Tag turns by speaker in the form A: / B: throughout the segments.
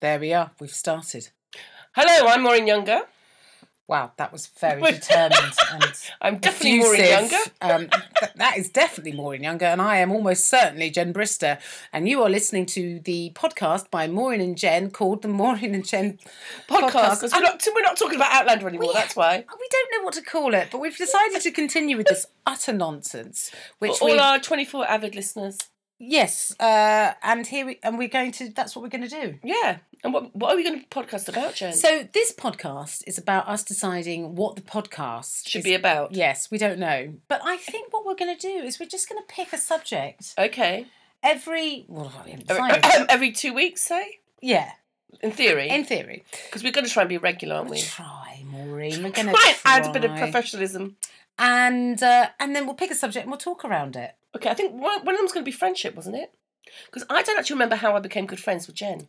A: There we are. We've started.
B: Hello, I'm Maureen Younger.
A: Wow, that was very
B: But-
A: determined and
B: I'm definitely Maureen
A: effusive.
B: Younger.
A: Um, th- that is definitely Maureen Younger, and I am almost certainly Jen Brister. And you are listening to the podcast by Maureen and Jen called the Maureen and Jen
B: Podcast.
A: Podcast.
B: 'cause We're, not, we're not talking about Outlander anymore, that's why.
A: We don't know what to call it, but we've decided to continue with this utter nonsense,
B: For
A: which we
B: all our 24 avid listeners.
A: yes, uh, and here we and we're going to. That's what we're going to do.
B: Yeah. And what, what are we going to podcast about, Jen?
A: So this podcast is about us deciding what the podcast
B: Should
A: is
B: be about.
A: Yes, we don't know. But I think what we're going to do is we're just going to pick a subject
B: Okay.
A: every. Well, I mean,
B: Every,
A: science-
B: every two weeks, say?
A: yeah,
B: In theory.
A: in theory.
B: Because we're going to try and be regular, aren't we?
A: Try, Maureen. We're
B: Try
A: going
B: and
A: to try.
B: add a bit of professionalism.
A: And, uh, and then we'll pick a subject and we'll talk around it.
B: Okay, I think one, one of them's going to be friendship, wasn't it? Because I don't actually remember how I became good friends with Jen.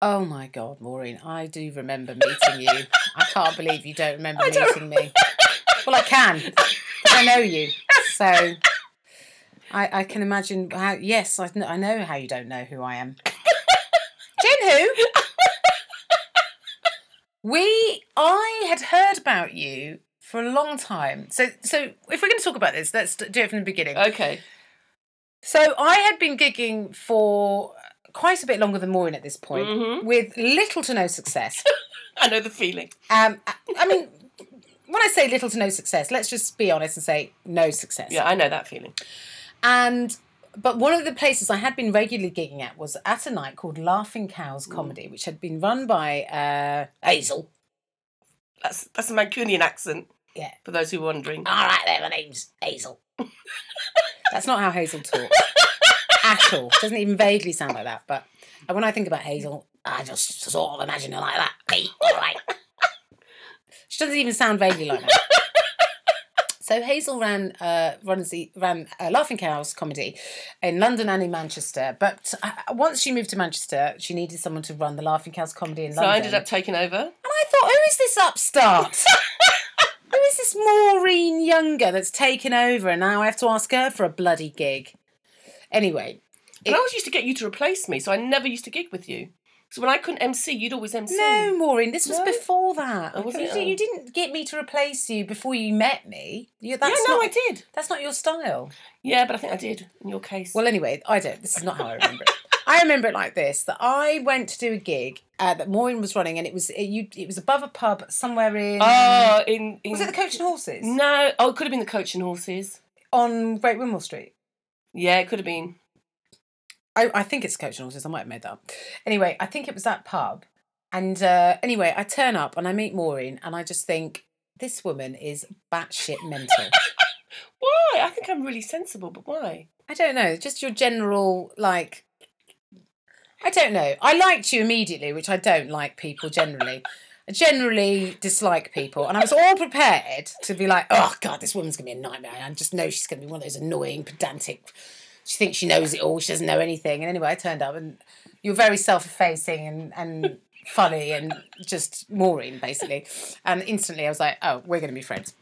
A: Oh my God, Maureen, I do remember meeting you. I can't believe you don't remember
B: I
A: meeting
B: don't-
A: me. Well, I can. 'cause I know you. So. I, I can imagine how, yes, I, kn- I know how you don't know who I am. Jen, who? We, I had heard about you for a long time. So, so if we're going to talk about this, let's do it from the beginning.
B: Okay.
A: So I had been gigging for quite a bit longer than Maureen at this point,
B: Mhm.
A: with little to no success.
B: I know the feeling.
A: um, I, I mean, when I say little to no success, let's just be honest and say no success.
B: Yeah, I know that feeling.
A: And but one of the places I had been regularly gigging at was at a night called Laughing Cows Comedy, which had been run by uh, Hazel.
B: That's, that's a Mancunian accent.
A: Yeah.
B: For those who are wondering.
A: All right, there, my name's Hazel. That's not how Hazel talks at all. Doesn't even vaguely sound like that. But when I think about Hazel, I just sort of imagine her like that. Hey, all right. She doesn't even sound vaguely like that. So Hazel ran uh, runs the, ran uh, Laughing Cows comedy in London and in Manchester. But uh, once she moved to Manchester, she needed someone to run the Laughing Cows comedy in
B: So
A: London.
B: I ended up taking over.
A: And I thought, who is this upstart? who is this Maureen Younger that's taken over and now I have to ask her for a bloody gig? Anyway,
B: And I always used to get you to replace me, so I never used to gig with you. So when I couldn't MC, you'd always MC.
A: no, Maureen, this was
B: Hmm. No?
A: before that.
B: Oh, was
A: you,
B: it?
A: di-
B: Oh.
A: you didn't get me to replace you before you met me. You,
B: Yeah,
A: that's
B: no,
A: not,
B: I did.
A: That's not your style.
B: Yeah, but I think I did in your case.
A: Well, anyway, I don't. This is not how I remember it. I remember it like this: that I went to do a gig uh, that Maureen was running, and it was it, you, it was above a pub somewhere in.
B: oh, in,
A: um,
B: in
A: was it the Coach and Horses
B: No, oh, it could have been the coach and horses.
A: on Great Wimble Street?
B: Yeah, it could have been.
A: I, I think it's Coach and Horses. I might have made that up. Anyway, I think it was that pub. And uh, anyway, I turn up and I meet Maureen and I just think, this woman is batshit mental.
B: Why? I think I'm really sensible, but why?
A: I don't know, just your general, like, I don't know. I liked you immediately, which I don't like people generally. I generally dislike people. And I was all prepared to be like, oh, God, this woman's going to be a nightmare. I just know she's going to be one of those annoying, pedantic. She thinks she knows it all. She doesn't know anything. And anyway, I turned up and you're very self effacing and, and funny and just Maureen, basically. And instantly I was like, oh, we're going to be friends.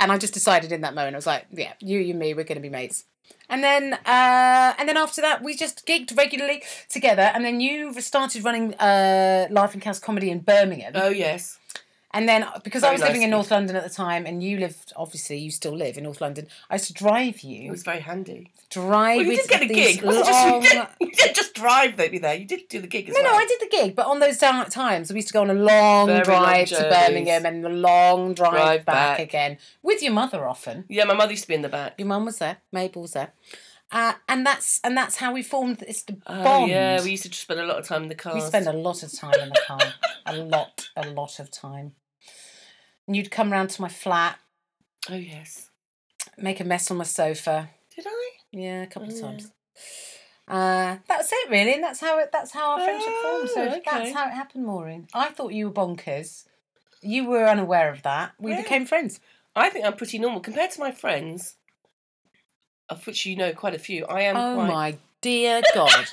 A: And I just decided in that moment, I was like, yeah, you, you, me, we're going to be mates. And then, uh, and then after that, we just gigged regularly together. And then you started running uh, Life and Cows comedy in Birmingham.
B: Oh, yes.
A: And then because I
B: Very
A: was living in North London at the time, and you lived obviously you still live in North London, I used to drive
B: It
A: you,
B: was very handy.
A: drive.
B: Well, you
A: you
B: did get a gig. It wasn't
A: Long...
B: Just, you, did, you did just drive me there. You did do the gig as
A: No,
B: well.
A: no, I did the gig, but on those down times, we used to go on a long
B: Very long
A: drive to
B: journeys.
A: Birmingham and a long drive,
B: Drive
A: back,
B: back.
A: again with your mother often.
B: Yeah, my mother used to be in the back.
A: Your mum was there, Mabel was there, uh, and that's and that's how we formed this
B: Oh,
A: bond.
B: yeah, we used to spend a lot of time in the car.
A: We spend a lot of time in the car. a lot, a lot of time. And you'd come round to my flat,
B: Oh, yes.
A: make a mess on my sofa.
B: Did I?
A: Yeah, a couple
B: Oh,
A: of
B: yeah.
A: times. Uh, that's it, really, and that's how it, that's how our friendship formed. So
B: Oh,
A: that's
B: okay.
A: how it happened, Maureen. I thought you were bonkers. You were unaware of that. We
B: Yeah.
A: became friends.
B: I think I'm pretty normal compared to my friends, of which you know quite a few. I am.
A: oh
B: quite,
A: my dear God!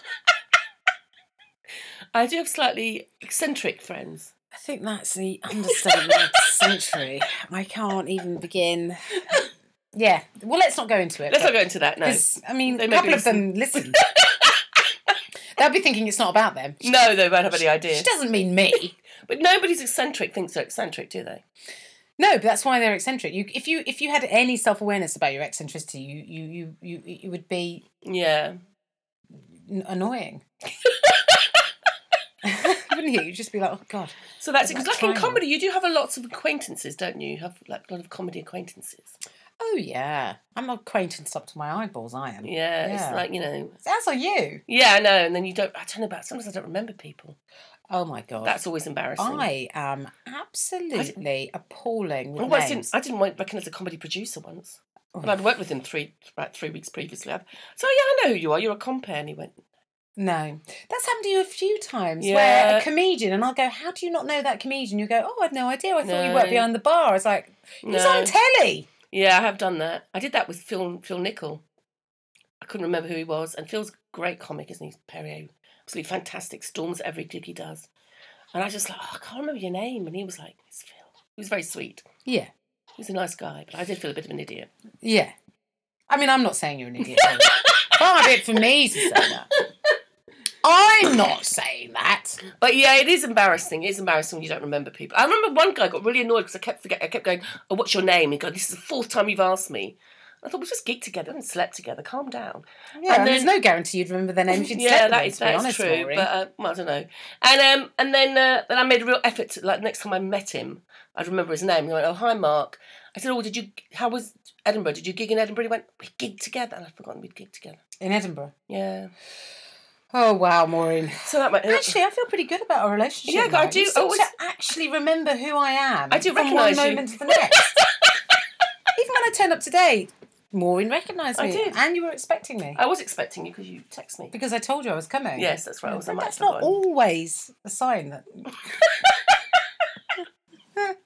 B: I do have slightly eccentric friends.
A: I think that's the understatement of the century. I can't even begin. Yeah. Well, let's not go into it.
B: Let's
A: but-
B: not go into that. No.
A: Because I mean,
B: They
A: a
B: maybe
A: couple of them listen. They'll be thinking it's not about them.
B: No, they won't have any idea.
A: She doesn't mean me.
B: But nobody's eccentric thinks they're eccentric, do they?
A: No, but that's why they're eccentric. You, if you, if you had any self awareness about your eccentricity, you, you, you, you, you would be
B: Yeah.
A: n- annoying. Wouldn't you? You'd just be like, oh god.
B: So that's it.
A: Like
B: Because like in
A: triangle.
B: comedy, you do have a lots of acquaintances, don't you? You have like a lot of comedy acquaintances.
A: Oh yeah, I'm acquaintance up to my eyeballs. I am.
B: Yeah,
A: Yeah.
B: It's like you know.
A: That's on you.
B: Yeah, I know. And then you don't. I don't know about. Sometimes I don't remember people.
A: Oh my god.
B: That's always embarrassing.
A: I am absolutely appalling with
B: I once didn't,
A: names.
B: I didn't work, reckon as a comedy producer once.
A: Oh.
B: And I'd worked with him three about three weeks previously. I've, so yeah, I know who you are. You're a compare. And he went,
A: No, that's happened to you a few times where
B: Yeah.
A: a comedian and I'll go, "How do you not know that comedian?" You go, "Oh, I had no idea. I thought you
B: No.
A: worked behind the bar." It's like
B: no.
A: he's on telly.
B: yeah, I have done that. I did that with Phil Phil Nickel. I couldn't remember who he was. And Phil's a great comic, isn't he? Perrier. Absolutely fantastic. Storms every gig he does. And I just like, oh, I can't remember your name. And he was like, it's Phil. He was very sweet.
A: Yeah,
B: He was a nice guy, but I did feel a bit of an idiot.
A: yeah. I mean, I'm not saying you're an idiot. Far be it for me to say that. I'm not saying that.
B: But yeah, it is embarrassing. It is embarrassing when you don't remember people. I remember one guy got really annoyed because I kept forget. I kept going, "Oh, what's your name?" He go, "This is the fourth time you've asked me." I thought we just geek together and slept together. Calm down.
A: Yeah, and
B: And
A: there's no guarantee you'd remember their name if you'd
B: yeah,
A: said
B: that
A: them,
B: is
A: to be
B: that is
A: honest,
B: true.
A: Rory.
B: But uh, well, I don't know. And um, and then uh, then I made a real effort. To, like next time I met him, I'd remember his name. He went, "Oh, hi, Mark." I said, "Oh, did you? How was Edinburgh? Did you gig in Edinburgh?" He went, "We gigged together," and I'd forgotten we'd gigged together.
A: In Edinburgh.
B: Yeah.
A: Oh wow, Maureen.
B: So that might
A: Actually, I feel pretty good about our relationship.
B: Yeah,
A: now.
B: I do
A: You seem
B: always-
A: to actually remember who I am.
B: I do
A: from one
B: recognise you.
A: moment to the next. Even when I turned up today, Maureen recognised me.
B: I did.
A: and you were expecting me
B: I was expecting you because you text me.
A: because I told you I was coming.
B: Yes, that's right. I
A: But
B: was I might
A: that's
B: have
A: not
B: forgotten.
A: always a sign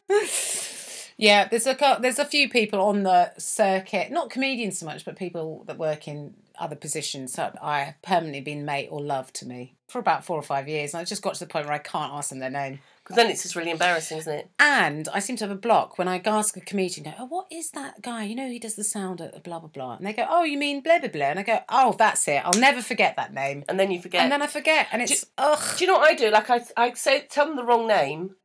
A: that. yeah, there's a cou- there's a few people on the circuit, not comedians so much, but people that work in other positions that I have permanently been mate or love to me for about four or five years, and I just got to the point where I can't ask them their name.
B: Because then it's just really embarrassing, isn't it?
A: And I seem to have a block when I ask a comedian, go, oh, what is that guy? You know, he does the sound at blah, blah, blah. And they go, oh, you mean blah, blah, blah. And I go, oh, that's it. I'll never forget that name.
B: And then you forget.
A: And then I forget. And it's, ugh.
B: do you know what I do? Like I, I say, tell them the wrong name,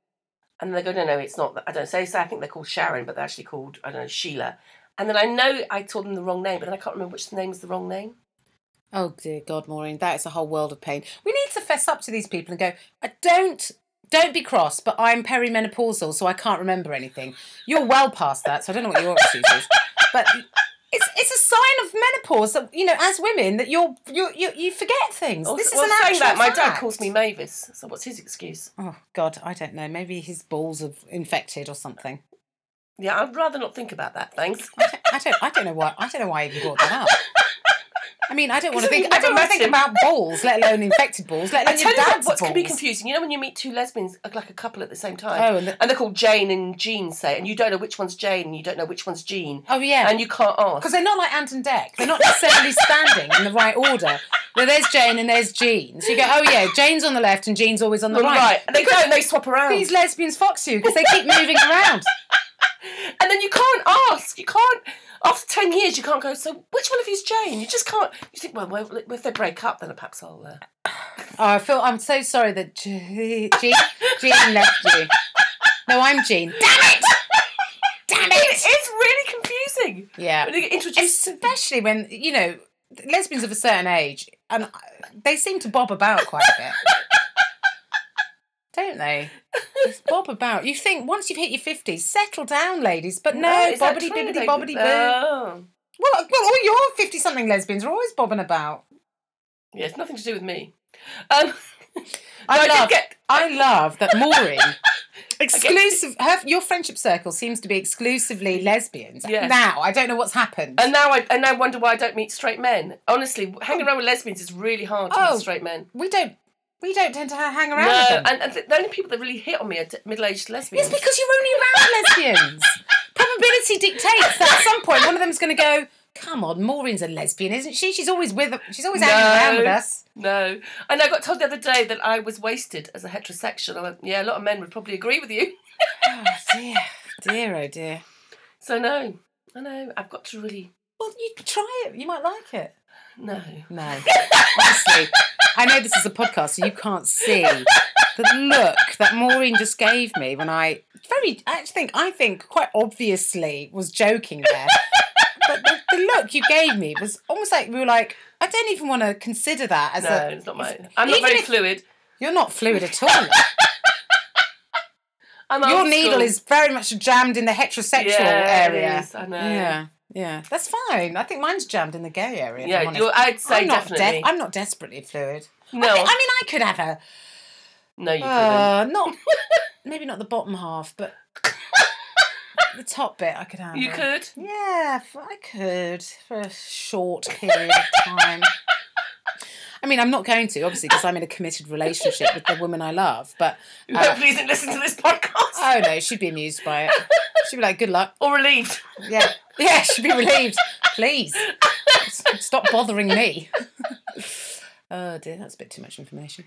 B: and they go, no, no, it's not. that." I don't say. So I think they're called Sharon, but they're actually called I don't know Sheila. And then I know I told them the wrong name, but then I can't remember which name is the wrong name.
A: Oh dear God, Maureen, that is a whole world of pain. We need to fess up to these people and go, I don't don't be cross, but I'm perimenopausal, so I can't remember anything. You're well past that, so I don't know what your excuse is. But it's it's a sign of menopause that you know, as women, that you're you you you forget things.
B: Also-
A: this is
B: Oh, well,
A: an actual
B: saying that, my dad
A: fact.
B: calls me Mavis. So what's his excuse?
A: Oh God, I don't know. Maybe his balls are infected or something.
B: Yeah, I'd rather not think about that. Thanks.
A: I don't I don't, I don't know why I don't know why I even brought that up. I mean, I don't want to
B: Because
A: think.
B: we
A: I don't want to
B: never
A: think about balls, let alone infected balls, let
B: I
A: alone
B: tell
A: your
B: you what,
A: dad's
B: what can be
A: balls.
B: confusing. You know when you meet two lesbians, uh, like a couple at the same time,
A: Oh, and the-
B: and they're called Jane and Jean, say, and you don't know which one's Jane and you don't know which one's Jean,
A: Oh yeah,
B: and you can't ask.
A: because they're not like Ant and Deck. They're not necessarily standing in the right order. Now, there's Jane and there's Jean. So you go, oh yeah, Jane's on the left and Jean's always on the
B: Well,
A: right.
B: right. And they go and they swap around.
A: These lesbians fox you because they keep moving around.
B: And then you can't ask. You can't. After ten years, you can't go. So which one of you's Jane? You just can't. You think, well, well if they break up, then perhaps I'll. Uh...
A: Oh, I feel I'm so sorry that Je- Jean Jean left you. No, I'm Jean. Damn it! Damn
B: It
A: it!
B: is really confusing. When
A: Yeah,
B: they get introduced,
A: especially when you know lesbians of a certain age and they seem to bob about quite a bit. Don't they? Just bob about. You think once you've hit your fifties, settle down, ladies. But no,
B: Oh, is that
A: bobbity
B: true?
A: bibbity
B: They-
A: bobbity boo.
B: Oh.
A: Well, well, all your fifty-something lesbians are always bobbing about.
B: Yeah, it's nothing to do with me. Um,
A: I
B: I did
A: love.
B: get-
A: I love that Maureen. Exclusive. Her, your friendship circle seems to be exclusively lesbians.
B: Yeah. Uh,
A: Now I don't know what's happened.
B: and now I and I wonder why I don't meet straight men. Honestly, hanging around with lesbians is really hard to
A: Oh.
B: meet straight men.
A: we don't. We don't tend to hang around. with
B: No,
A: them.
B: and, and the only people that really hit on me are d- middle-aged lesbians.
A: It's because you're only around lesbians. Probability dictates that at some point one of them's going to go. Come on, Maureen's a lesbian, isn't she? She's always with. She's always hanging around
B: No.
A: with us.
B: no, and I got told the other day that I was wasted as a heterosexual. I went, yeah, a lot of men would probably agree with you.
A: Oh dear, dear, oh dear.
B: So no, I know I've got to really
A: Well, you try it. You might like it.
B: No.
A: No, honestly, I know this is a podcast, so you can't see the look that Maureen just gave me when I very. I actually think I think quite obviously was joking there, but the, the look you gave me was almost like we were like, I don't even want to consider that as
B: No,
A: a.
B: it's not mine. I'm not
A: even
B: very
A: if-
B: fluid.
A: You're not fluid at all.
B: I'm
A: Your
B: old
A: needle
B: school.
A: is very much jammed in the heterosexual
B: yeah, it
A: area.
B: is, I know.
A: Yeah, yeah, that's fine. I think mine's jammed in the gay area. if I'm
B: Yeah,
A: honest.
B: you're, I'd say
A: I'm not de-
B: definitely. Oh.
A: I'm not desperately fluid. I,
B: no,
A: mean, I mean, I could have a
B: no, you couldn't.
A: Uh, not maybe not the bottom half, but the top bit I could handle.
B: You could.
A: Yeah, f- I could for a short period of time. I mean, I'm not going to obviously because I'm in a committed relationship with the woman I love. But
B: Who
A: Uh,
B: hopefully isn't listening to this podcast
A: oh no, she'd be amused by it. She'd be like, "Good luck."
B: or relieved.
A: Yeah, yeah, she'd be relieved. Please s- stop bothering me. oh dear, that's a bit too much information.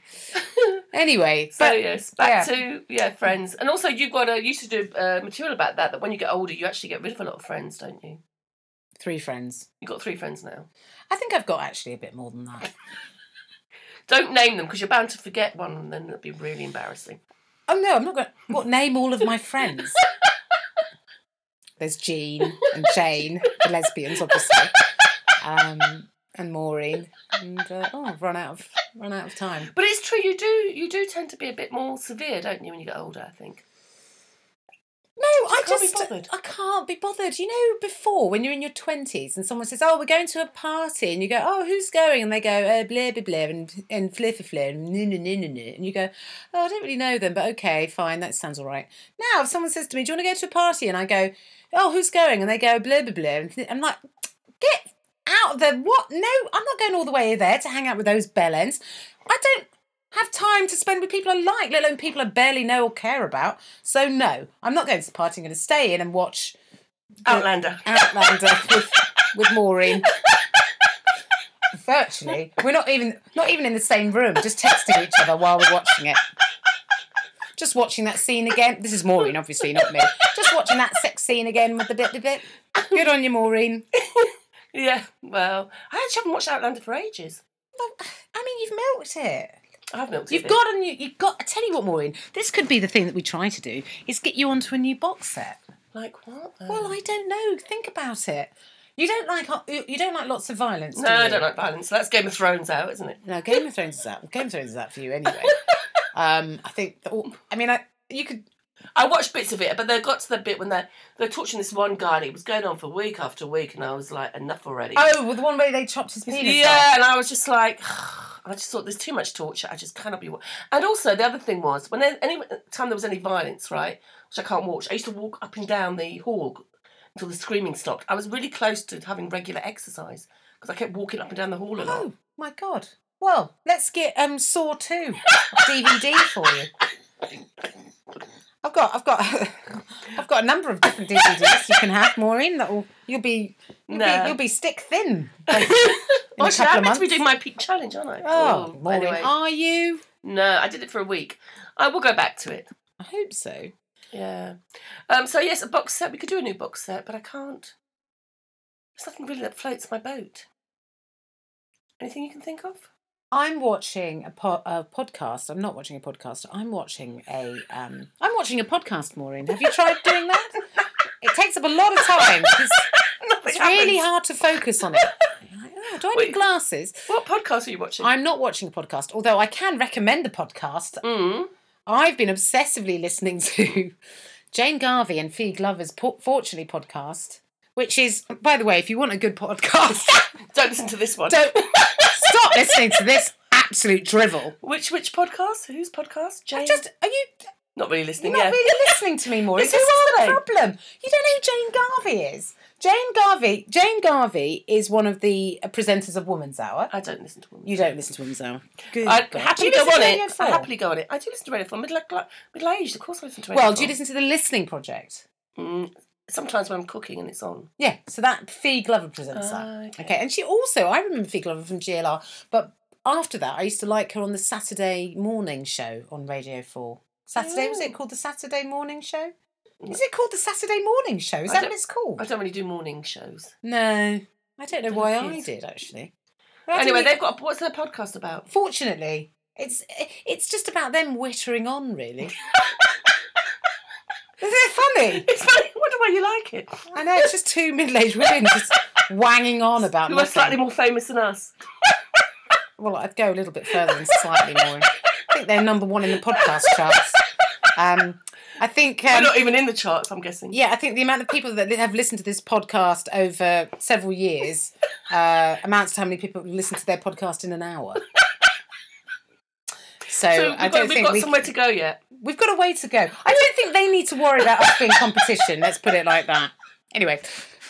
A: Anyway,
B: So
A: but-
B: yes, back to yeah friends, and also you've got a you should do uh, material about that. That when you get older, you actually get rid of a lot of friends, don't you?
A: three friends.
B: You've got three friends now.
A: I think I've got actually a bit more than that.
B: Don't name them because you're bound to forget one, and then it'll be really embarrassing.
A: Oh no, I'm not going. to What name all of my friends? There's Jean and Jane, the lesbians, obviously, um, and Maureen, and uh, oh, I've run out of run out of time.
B: But it's true. You do you do tend to be a bit more severe, don't you, when you get older? I think.
A: No, I
B: can't be
A: just
B: bothered.
A: I can't be bothered. You know, before when you're in your twenties and someone says, "Oh, we're going to a party," and you go, "Oh, who's going?" and they go, uh, "Blah blah blah," and and "Fliff fliff," and "No no no no no," and you go, "Oh, I don't really know them, but okay, fine, that sounds all right." Now, if someone says to me, "Do you want to go to a party?" and I go, "Oh, who's going?" and they go, "Blah blah blah," and th- I'm like, "Get out of there! What? No, I'm not going all the way there to hang out with those bellends. I don't." Have time to spend with people I like, let alone people I barely know or care about. So no, I'm not going to the party. I'm going to stay in and watch
B: Outlander.
A: Outlander with, with Maureen. Virtually, we're not even not even in the same room. Just texting each other while we're watching it. Just watching that scene again. This is Maureen, obviously, not me. Just watching that sex scene again with the bit, the bit. Good on you, Maureen.
B: Yeah. Well, I actually haven't watched Outlander for ages.
A: I mean, you've milked it.
B: I have milked it a
A: You've
B: bit.
A: got a new. You've got. I tell you what, Maureen. This could be the thing that we try to do is get you onto a new box set.
B: like what? though?
A: Well, I don't know. Think about it. You don't like uh, you don't like lots of violence.
B: no,
A: do you?
B: I don't like violence. That's Game of Thrones out, isn't it?
A: No, Game of Thrones is out. Game of Thrones is out for you anyway. um, I think. That all, I mean, I you could.
B: I watched bits of it, but they got to the bit when they're they're torturing this one guy. And it was going on for week after week, and I was like, enough already.
A: Oh, well, the one where they chopped his penis. off.
B: Yeah, and I was just like, I just thought there's too much torture. I just cannot be. wa-" And also the other thing was when there- any time there was any violence, right, which I can't watch. I used to walk up and down the hall until the screaming stopped. I was really close to having regular exercise because I kept walking up and down the hall a lot.
A: Oh my god. Well, let's get um Saw Two DVD for you. I've got, I've got, I've got a number of different DVDs you can have, Maureen. That will you'll be, you'll,
B: No.
A: be, you'll be stick thin.
B: Oh,
A: a couple
B: shit, I'm
A: of
B: meant to be
A: months.
B: doing my peak challenge, aren't I?
A: Oh,
B: Ooh,
A: Maureen, are you?
B: no, I did it for a week. I will go back to it.
A: I hope so.
B: Yeah. Um, so yes, a box set. We could do a new box set, but I can't. There's nothing really that floats my boat. Anything you can think of?
A: I'm watching a, po- a podcast. I'm not watching a podcast. I'm watching a. Um, I'm watching a podcast, Maureen. Have you tried doing that? It takes up a lot of time. It's,
B: Nothing
A: it's really
B: happens.
A: hard to focus on it. Like, oh, do I need
B: Wait.
A: glasses?
B: What podcast are you watching?
A: I'm not watching a podcast, although I can recommend a podcast.
B: Mm.
A: I've been obsessively listening to Jane Garvey and Fee Glover's po- Fortunately podcast, which is, by the way, if you want a good podcast,
B: Don't listen to this one.
A: don't stop listening to this absolute drivel.
B: Which which podcast? Whose podcast? Jane.
A: Just are you?
B: Not really
A: You're
B: listening.
A: not
B: yeah.
A: really listening to me, Maureen.
B: This
A: this
B: is
A: is the
B: why.
A: problem. You don't know who Jane Garvey is. Jane Garvey. Jane Garvey is one of the uh, presenters of Woman's Hour.
B: I don't listen to women.
A: You don't listen to Woman's Hour. Good.
B: I
A: God.
B: happily
A: Do
B: go
A: you
B: on
A: listen to
B: it.
A: Radio
B: I
A: 4?
B: happily go on it. I do listen to Radio Four. Middle middle aged, of course, I listen to Radio
A: Well, do you
B: Four.
A: listen to the Listening Project?
B: Mm, sometimes when I'm cooking and it's on.
A: Yeah. So that Fee Glover presents that.
B: Ah,
A: Okay. And she also, I remember Fee Glover from GLR, but after that, I used to like her on the Saturday morning show on Radio Four. Saturday was
B: Oh.
A: it called the Saturday Morning Show? Is it called the Saturday Morning Show? Is
B: I
A: that
B: don't-
A: what it's called?
B: I don't really do morning shows.
A: No. I don't know
B: Don't
A: why
B: know
A: I
B: kids.
A: did actually. How do
B: Anyway,
A: we-
B: they've got a, what's their podcast about?
A: e, fortunately, it's it's just about them wittering on, really. Isn't it funny?
B: It's funny. I wonder why you like it.
A: I know it's just two middle-aged women just wanging on about
B: You are
A: nothing.
B: slightly more famous than us.
A: Well, I'd go a little bit further than slightly more. I think they're number one in the podcast charts. Um, I think.
B: We're
A: Um,
B: not even in the charts, I'm guessing.
A: yeah, I think the amount of people that have listened to this podcast over several years uh, amounts to how many people listen to their podcast in an hour. So,
B: So
A: I don't
B: we've got, we've
A: think
B: got
A: we,
B: somewhere to go yet.
A: we've got a way to go. I don't think they need to worry about us being competition. Let's put it like that. Anyway,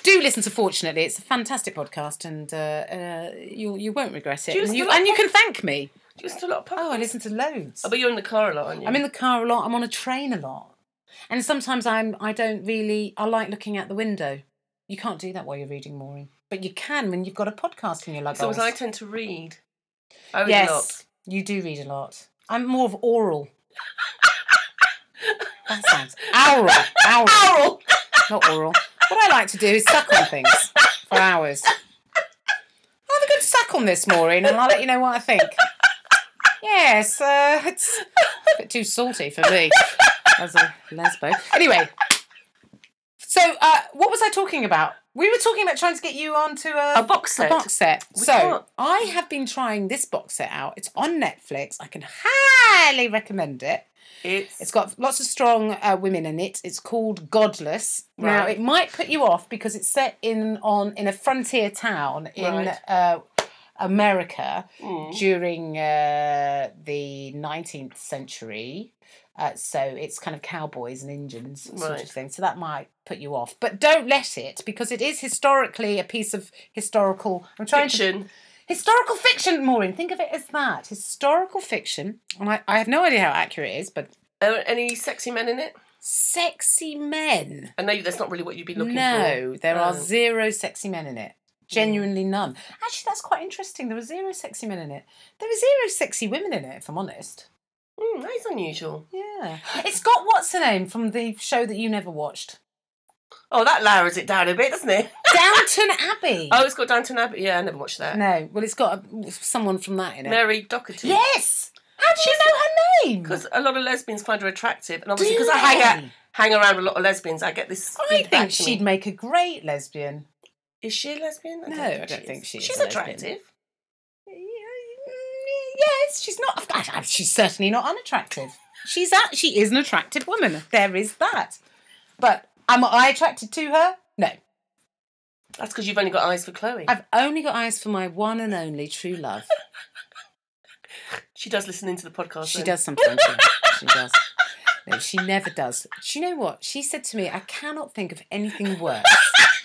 A: do listen to Fortunately. It's a fantastic podcast, and uh, uh, you you won't regret it.
B: Do you
A: And you,
B: still-
A: and you can thank me.
B: Do you still not
A: Oh, I
B: podcast?
A: listen to loads.
B: Oh, but you're in the car a lot, aren't you?
A: I'm in the car a lot. I'm on a train a lot, and sometimes I'm I don't really I like looking out the window. You can't do that while you're reading, Maureen, but you can when you've got a podcast in your luggage.
B: so as I tend to read. I read a lot.
A: yes, you do read a lot. I'm more of oral. that sounds oral, oral,
B: Oral.
A: not oral. What I like to do is suck on things for hours. I'll have a good suck on this, Maureen, and I'll let you know what I think. Yes, uh, it's a bit too salty for me as a lesbo. Anyway, so uh, what was I talking about? We were talking about trying to get you onto a,
B: A box set.
A: box set.
B: We
A: so
B: can't.
A: I have been trying this box set out. It's on Netflix. I can highly recommend it.
B: It's,
A: It's got lots of strong uh, women in it. It's called Godless. Now
B: Right.
A: it might put you off because it's set in on in a frontier town in
B: Right.
A: uh, America
B: Mm.
A: during uh, the nineteenth century. Uh, so it's kind of cowboys and Indians sort
B: Right.
A: of thing. So that might put you off, but don't let it because it is historically a piece of historical. I'm trying to
B: fiction.
A: Historical fiction, Maureen. Think of it as that. Historical fiction. And I, I have no idea how accurate it is, but
B: Are there any sexy men in it?
A: sexy men.
B: I know that's not really what you'd be looking for.
A: no, there are
B: No. Mm.
A: zero sexy men in it. Genuinely none. Actually, that's quite interesting. There were zero sexy men in it. There were zero sexy women in it, if I'm honest.
B: Mm, that is unusual.
A: Yeah. It's got what's her name from the show that you never watched?
B: Oh, that lowers it down a bit, doesn't it?
A: Downton Abbey.
B: Oh, it's got Downton Abbey. Yeah, I never watched that.
A: No, well, it's got a, someone from that in it.
B: Mary Doherty.
A: Yes! How do you know her name?
B: Because a lot of lesbians find her attractive, and
A: Do
B: obviously because I hang out,
A: they?
B: hang around with a lot of lesbians, I get this.
A: I
B: feedback
A: think
B: to
A: she'd
B: me.
A: make a great lesbian.
B: Is she a lesbian?
A: No, I don't think she is
B: She's
A: a lesbian.
B: attractive.
A: Yes, she's not. I- I- She's certainly not unattractive. She's at, she is an attractive woman. There is that. But am I attracted to her? No.
B: That's because you've only got eyes for Chloe.
A: I've only got eyes for my one and only true love.
B: She does listen into the podcast.
A: She
B: then.
A: does sometimes. yeah. She does. No, she never does. Do you know what? She said to me, I cannot think of anything worse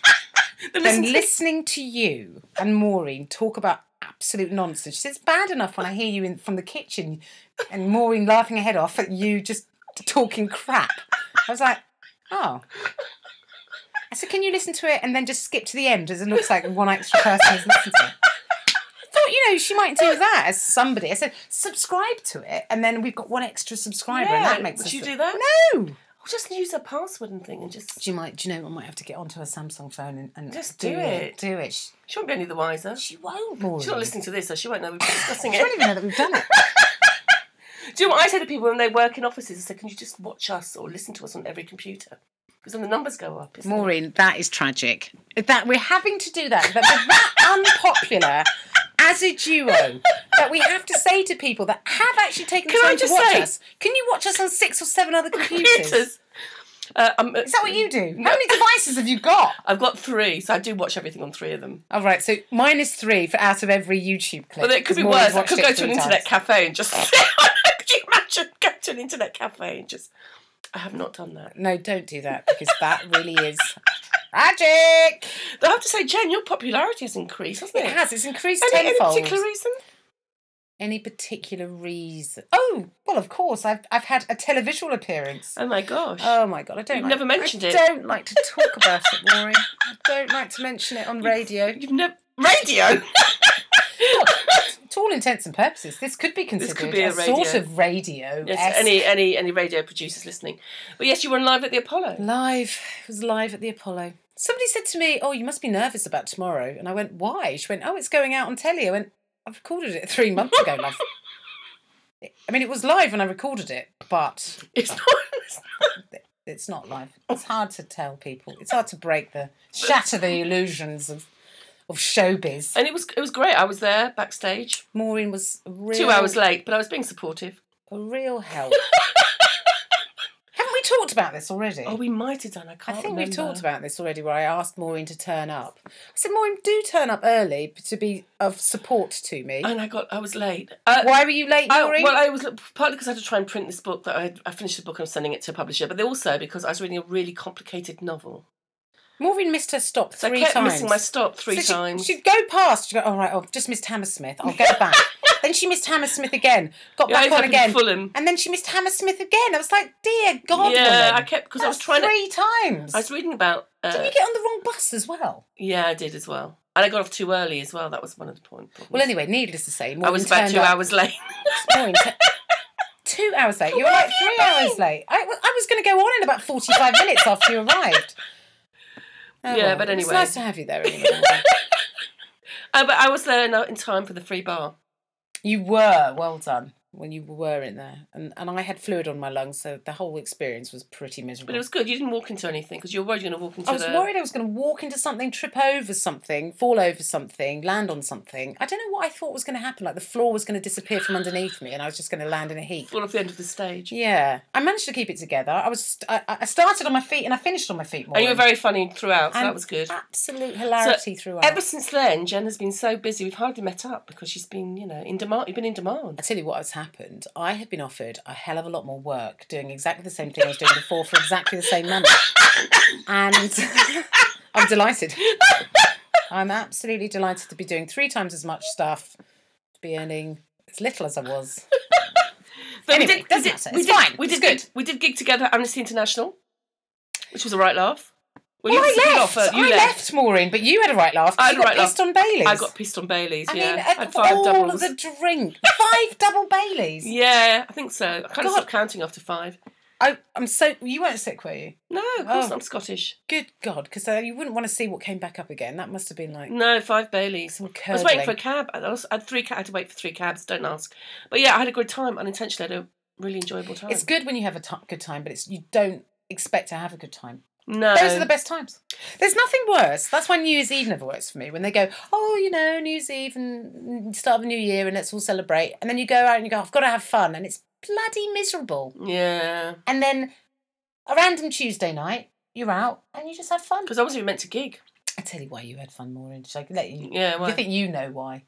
A: than
B: Then listen to-
A: listening to you and Maureen talk about absolute nonsense. She says, it's bad enough when I hear you in, from the kitchen and Maureen laughing her head off at you just talking crap. I was like, oh. I said, can you listen to it and then just skip to the end as it looks like one extra person has listened to it? I thought, you know, she might do that as somebody. I said, subscribe to it and then we've got one extra subscriber and that
B: Yeah,
A: makes
B: would
A: us...
B: you do that?
A: No! Do
B: I'll just use her password and thing, and just
A: you, might, do you know, I might have to get onto a Samsung phone and, and
B: Just do it.
A: Do it. She,
B: she won't be any the wiser.
A: she won't, Maureen.
B: She's not listening to this, so she won't know we're discussing
A: I
B: it.
A: don't even know that we've done it.
B: Do you know what I say to people when they work in offices? I say, can you just watch us or listen to us on every computer? Because then the numbers go up. Isn't it?
A: Maureen, that is tragic. That we're having to do that. That we're that unpopular as a duo that we have to say to people that have actually taken
B: Can
A: the
B: I
A: time
B: just
A: to watch
B: say-
A: us. Can you watch us on six or seven other computers?
B: Computers. Uh, um,
A: Is that what you do? How many devices have you got?
B: I've got three, so I do watch everything on three of them.
A: All right, so minus three for out of every YouTube clip.
B: But it could be
A: Maureen's
B: worse. I
A: watched
B: could
A: it
B: go to an
A: three
B: internet
A: times.
B: cafe and just. could you imagine go to an internet cafe and just? I have not done that.
A: No, don't do that because that really is tragic.
B: Though I have to say, Jen, your popularity has increased, hasn't
A: It
B: it?
A: has. It's increased
B: Any, any
A: tenfold.
B: particular reason?
A: Any particular reason? Oh, well, of course. I've I've had a televisual appearance.
B: Oh my gosh.
A: Oh my god, I don't.
B: You've
A: like-
B: never mentioned
A: I
B: it.
A: Don't like to talk about it, Maureen. I don't like to mention it on radio.
B: You've never radio.
A: To all intents and purposes, this could be considered
B: could be a
A: sort
B: radio.
A: of radio.
B: yes. Any
A: Mm.
B: any any radio producers listening? But yes, you were on live at the Apollo.
A: live? It was live at the Apollo. somebody said to me, "Oh, you must be nervous about tomorrow," and I went, "Why?" She went, "Oh, it's going out on telly." I went, "I recorded it three months ago, love." I mean, it was live when I recorded it, but
B: It's not. It's
A: it's not live. It's hard to tell people. It's hard to break the shatter the illusions of of showbiz.
B: And it was it was great. I was there backstage,
A: Maureen was a real,
B: two hours late, but I was being supportive.
A: a real help. Haven't we talked about this already?
B: Oh, we might have done. I
A: I
B: can't.
A: think we've
B: remember.
A: talked about this already, where I asked Maureen to turn up. I said, Maureen, do turn up early to be of support to me.
B: And I got. I was late. Uh,
A: Why were you late,
B: I,
A: Maureen?
B: well, I was partly because I had to try and print this book that I, I finished the book and I'm sending it to a publisher, but also because I was reading a really complicated novel.
A: Maureen missed her stop
B: So
A: three
B: I kept
A: times.
B: missing my stop three
A: So she-
B: times.
A: She'd go past, she'd go, all right, I've just missed Hammersmith, I'll go back. then she missed Hammersmith again, got
B: Yeah, I
A: back
B: ended
A: on
B: up in
A: again.
B: Fulham.
A: And then she missed Hammersmith again. I was like, dear God,
B: yeah, I
A: woman.
B: kept because
A: That's
B: I was trying to.
A: three times.
B: I was reading about.
A: Didn't
B: Uh,
A: you get on the wrong bus as well?
B: yeah, I did as well, and I got off too early as well. That was one of the point. Problems.
A: Well, anyway, needless to say, Maureen
B: I was about
A: turned
B: two
A: up.
B: hours late.
A: Maureen, t- two hours late. You were
B: Where
A: like
B: have you
A: three
B: been?
A: hours late. I, I was going to go on in about 45 minutes after you arrived. Oh,
B: Yeah,
A: well,
B: but
A: It's
B: anyway.
A: nice to have you there anyway.
B: Uh, but I was there in, in time for the free bar.
A: you were. Well done when you were in there. And, and I had fluid on my lungs, so the whole experience was pretty miserable.
B: But it was good. You didn't walk into anything because you were worried you're going to walk into
A: I was
B: the.
A: worried I was going to walk into something, trip over something, fall over something, land on something. I don't know what I thought was going to happen. Like the floor was going to disappear from underneath me and I was just going to land in a heap.
B: Fall off the end of the stage.
A: Yeah, I managed to keep it together. I was st- I, I started on my feet and I finished on my feet more.
B: And you were very funny throughout, so
A: And
B: that was good.
A: Absolute hilarity throughout.
B: Ever since then, Jen has been so busy. We've hardly met up because she's been, you know, in demand. You've been in
A: I
B: demand.
A: tell you what has happened. I have been offered a hell of a lot more work doing exactly the same thing I was doing before for exactly the same money. And I'm delighted. I'm absolutely delighted to be doing three times as much stuff, to be earning as little as I was.
B: But
A: Anyway,
B: we did,
A: doesn't
B: we
A: matter. It's
B: did, We did,
A: fine.
B: We did,
A: It's
B: gig- we did gig together at Amnesty International, which was a right laugh. Well,
A: I
B: you
A: left.
B: offer- you
A: I left. Maureen, but you had a right laugh. 'cause
B: I had
A: you
B: a
A: got
B: right laugh.
A: pissed on Bailey's.
B: I got pissed on Bailey's.
A: I mean,
B: yeah, I
A: of
B: had five
A: all
B: doubles.
A: the drink, five double Baileys.
B: Yeah, I think so. I kind
A: God.
B: of stopped counting after five.
A: I, I'm so you weren't sick, were you?
B: No, of course
A: Oh.
B: not. I'm Scottish.
A: Good God, because uh, you wouldn't want to see what came back up again. That must have been like
B: No, five Baileys.
A: some
B: I
A: curdling.
B: was waiting for a cab. I, was, I had three. Ca- I had to wait for three cabs. Don't ask. But yeah, I had a good time. Unintentionally, I had a really enjoyable time.
A: It's good when you have a t- good time, but it's you don't expect to have a good time.
B: no,
A: Those are the best times. There's nothing worse. That's why New Year's Eve never works for me. When they go, oh, you know, New Year's Eve and start of a new year and let's all celebrate, and then you go out and you go, I've got to have fun, and it's bloody miserable.
B: yeah.
A: And then a random Tuesday night, you're out and you just have fun.
B: Because I wasn't even meant to gig.
A: I tell you why you had fun, Maureen. Should I let you?
B: Yeah, well,
A: You think you know why?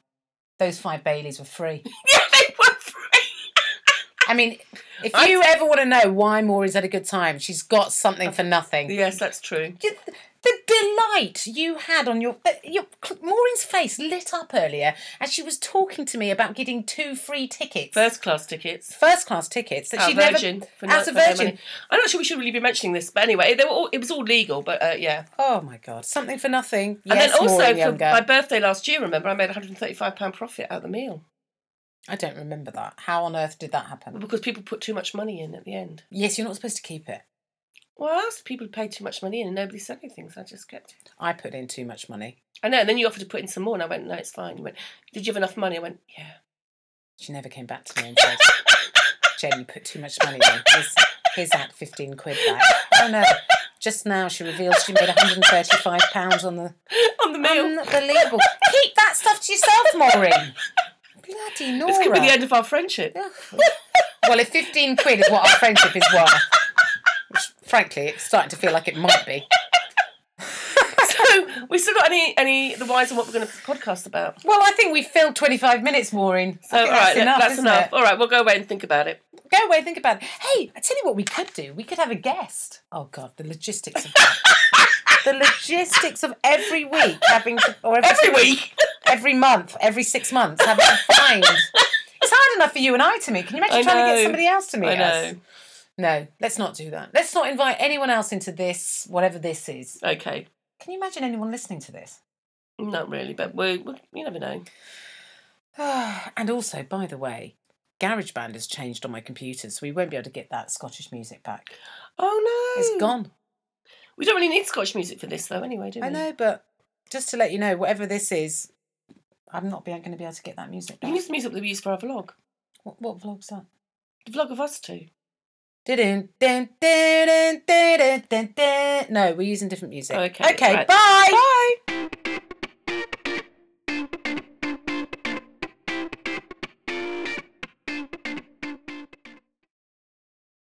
A: Those five Baileys were free.
B: yeah, they were free.
A: I mean, if
B: I-
A: you ever want to know why Maureen's had a good time, she's got something for nothing.
B: Yes, that's true.
A: You- The delight you had on your, uh, your Maureen's face lit up earlier as she was talking to me about getting two free tickets, first,
B: First class tickets.
A: class tickets that
B: Out
A: she
B: of
A: never.
B: Virgin for
A: out
B: no-
A: of
B: for no
A: Virgin.
B: money. I'm not sure we should really be mentioning this, but anyway, they were all, it was all legal. But uh, yeah,
A: Oh my God, something for nothing.
B: and
A: Yes,
B: then also
A: Maureen
B: for
A: Younger.
B: my birthday last year, remember, I made 135 pound profit out of the meal
A: I don't remember that. How on earth did that happen?
B: because people put too much money in at the end.
A: Yes, you're not supposed to keep it.
B: Well, I asked people who paid too much money in, and nobody said anything, so I just kept it.
A: I put in too much money.
B: I know, and then you offered to put in some more, and I went, no, it's fine. You went, did you have enough money? I went, yeah.
A: She never came back to me and said, Jen, you put too much money in. Here's, here's that 15 quid back. Oh no. Just now she revealed she made £135 on the.
B: On the meal.
A: Unbelievable. Keep that stuff to yourself, Maureen. Bloody Nora.
B: this could be the end of our friendship.
A: well, if 15 quid is what our friendship is worth, which frankly, it's starting to feel like it might be.
B: so we still got any any the wise on what we're going to podcast about.
A: Well, I think we filled 25 minutes, Maureen. I
B: So all
A: think
B: right, Oh, that- that's
A: isn't
B: enough.
A: it?
B: All right, we'll go away and think about it.
A: Go away, think about it. Hey, I tell you what we could do. We could have a guest. Oh God, the logistics of that. the logistics of every week having to, or every,
B: Every week.
A: every month, every six months having to find. It's hard enough for you and I to meet. Can you imagine
B: I
A: trying to get
B: know.
A: somebody else to meet
B: I
A: us?
B: know.
A: No, let's not do that. Let's not invite anyone else into this, whatever this is.
B: Okay.
A: Can you imagine anyone listening to this?
B: Not really, but we, we you never know.
A: and also, by the way, GarageBand has changed on my computer, so we won't be able to get that Scottish music back.
B: Oh no.
A: It's gone.
B: We don't really need Scottish music for this, though, anyway, do we?
A: I know, but just to let you know, whatever this is, I'm not going to be able to get that music
B: We
A: back.
B: can use the music that we used for our vlog.
A: What, what vlog's that?
B: The vlog of us two.
A: Dun, dun, dun, dun, dun, dun, dun. No, we're using different music.
B: Okay,
A: okay
B: right.
A: bye.
B: Bye.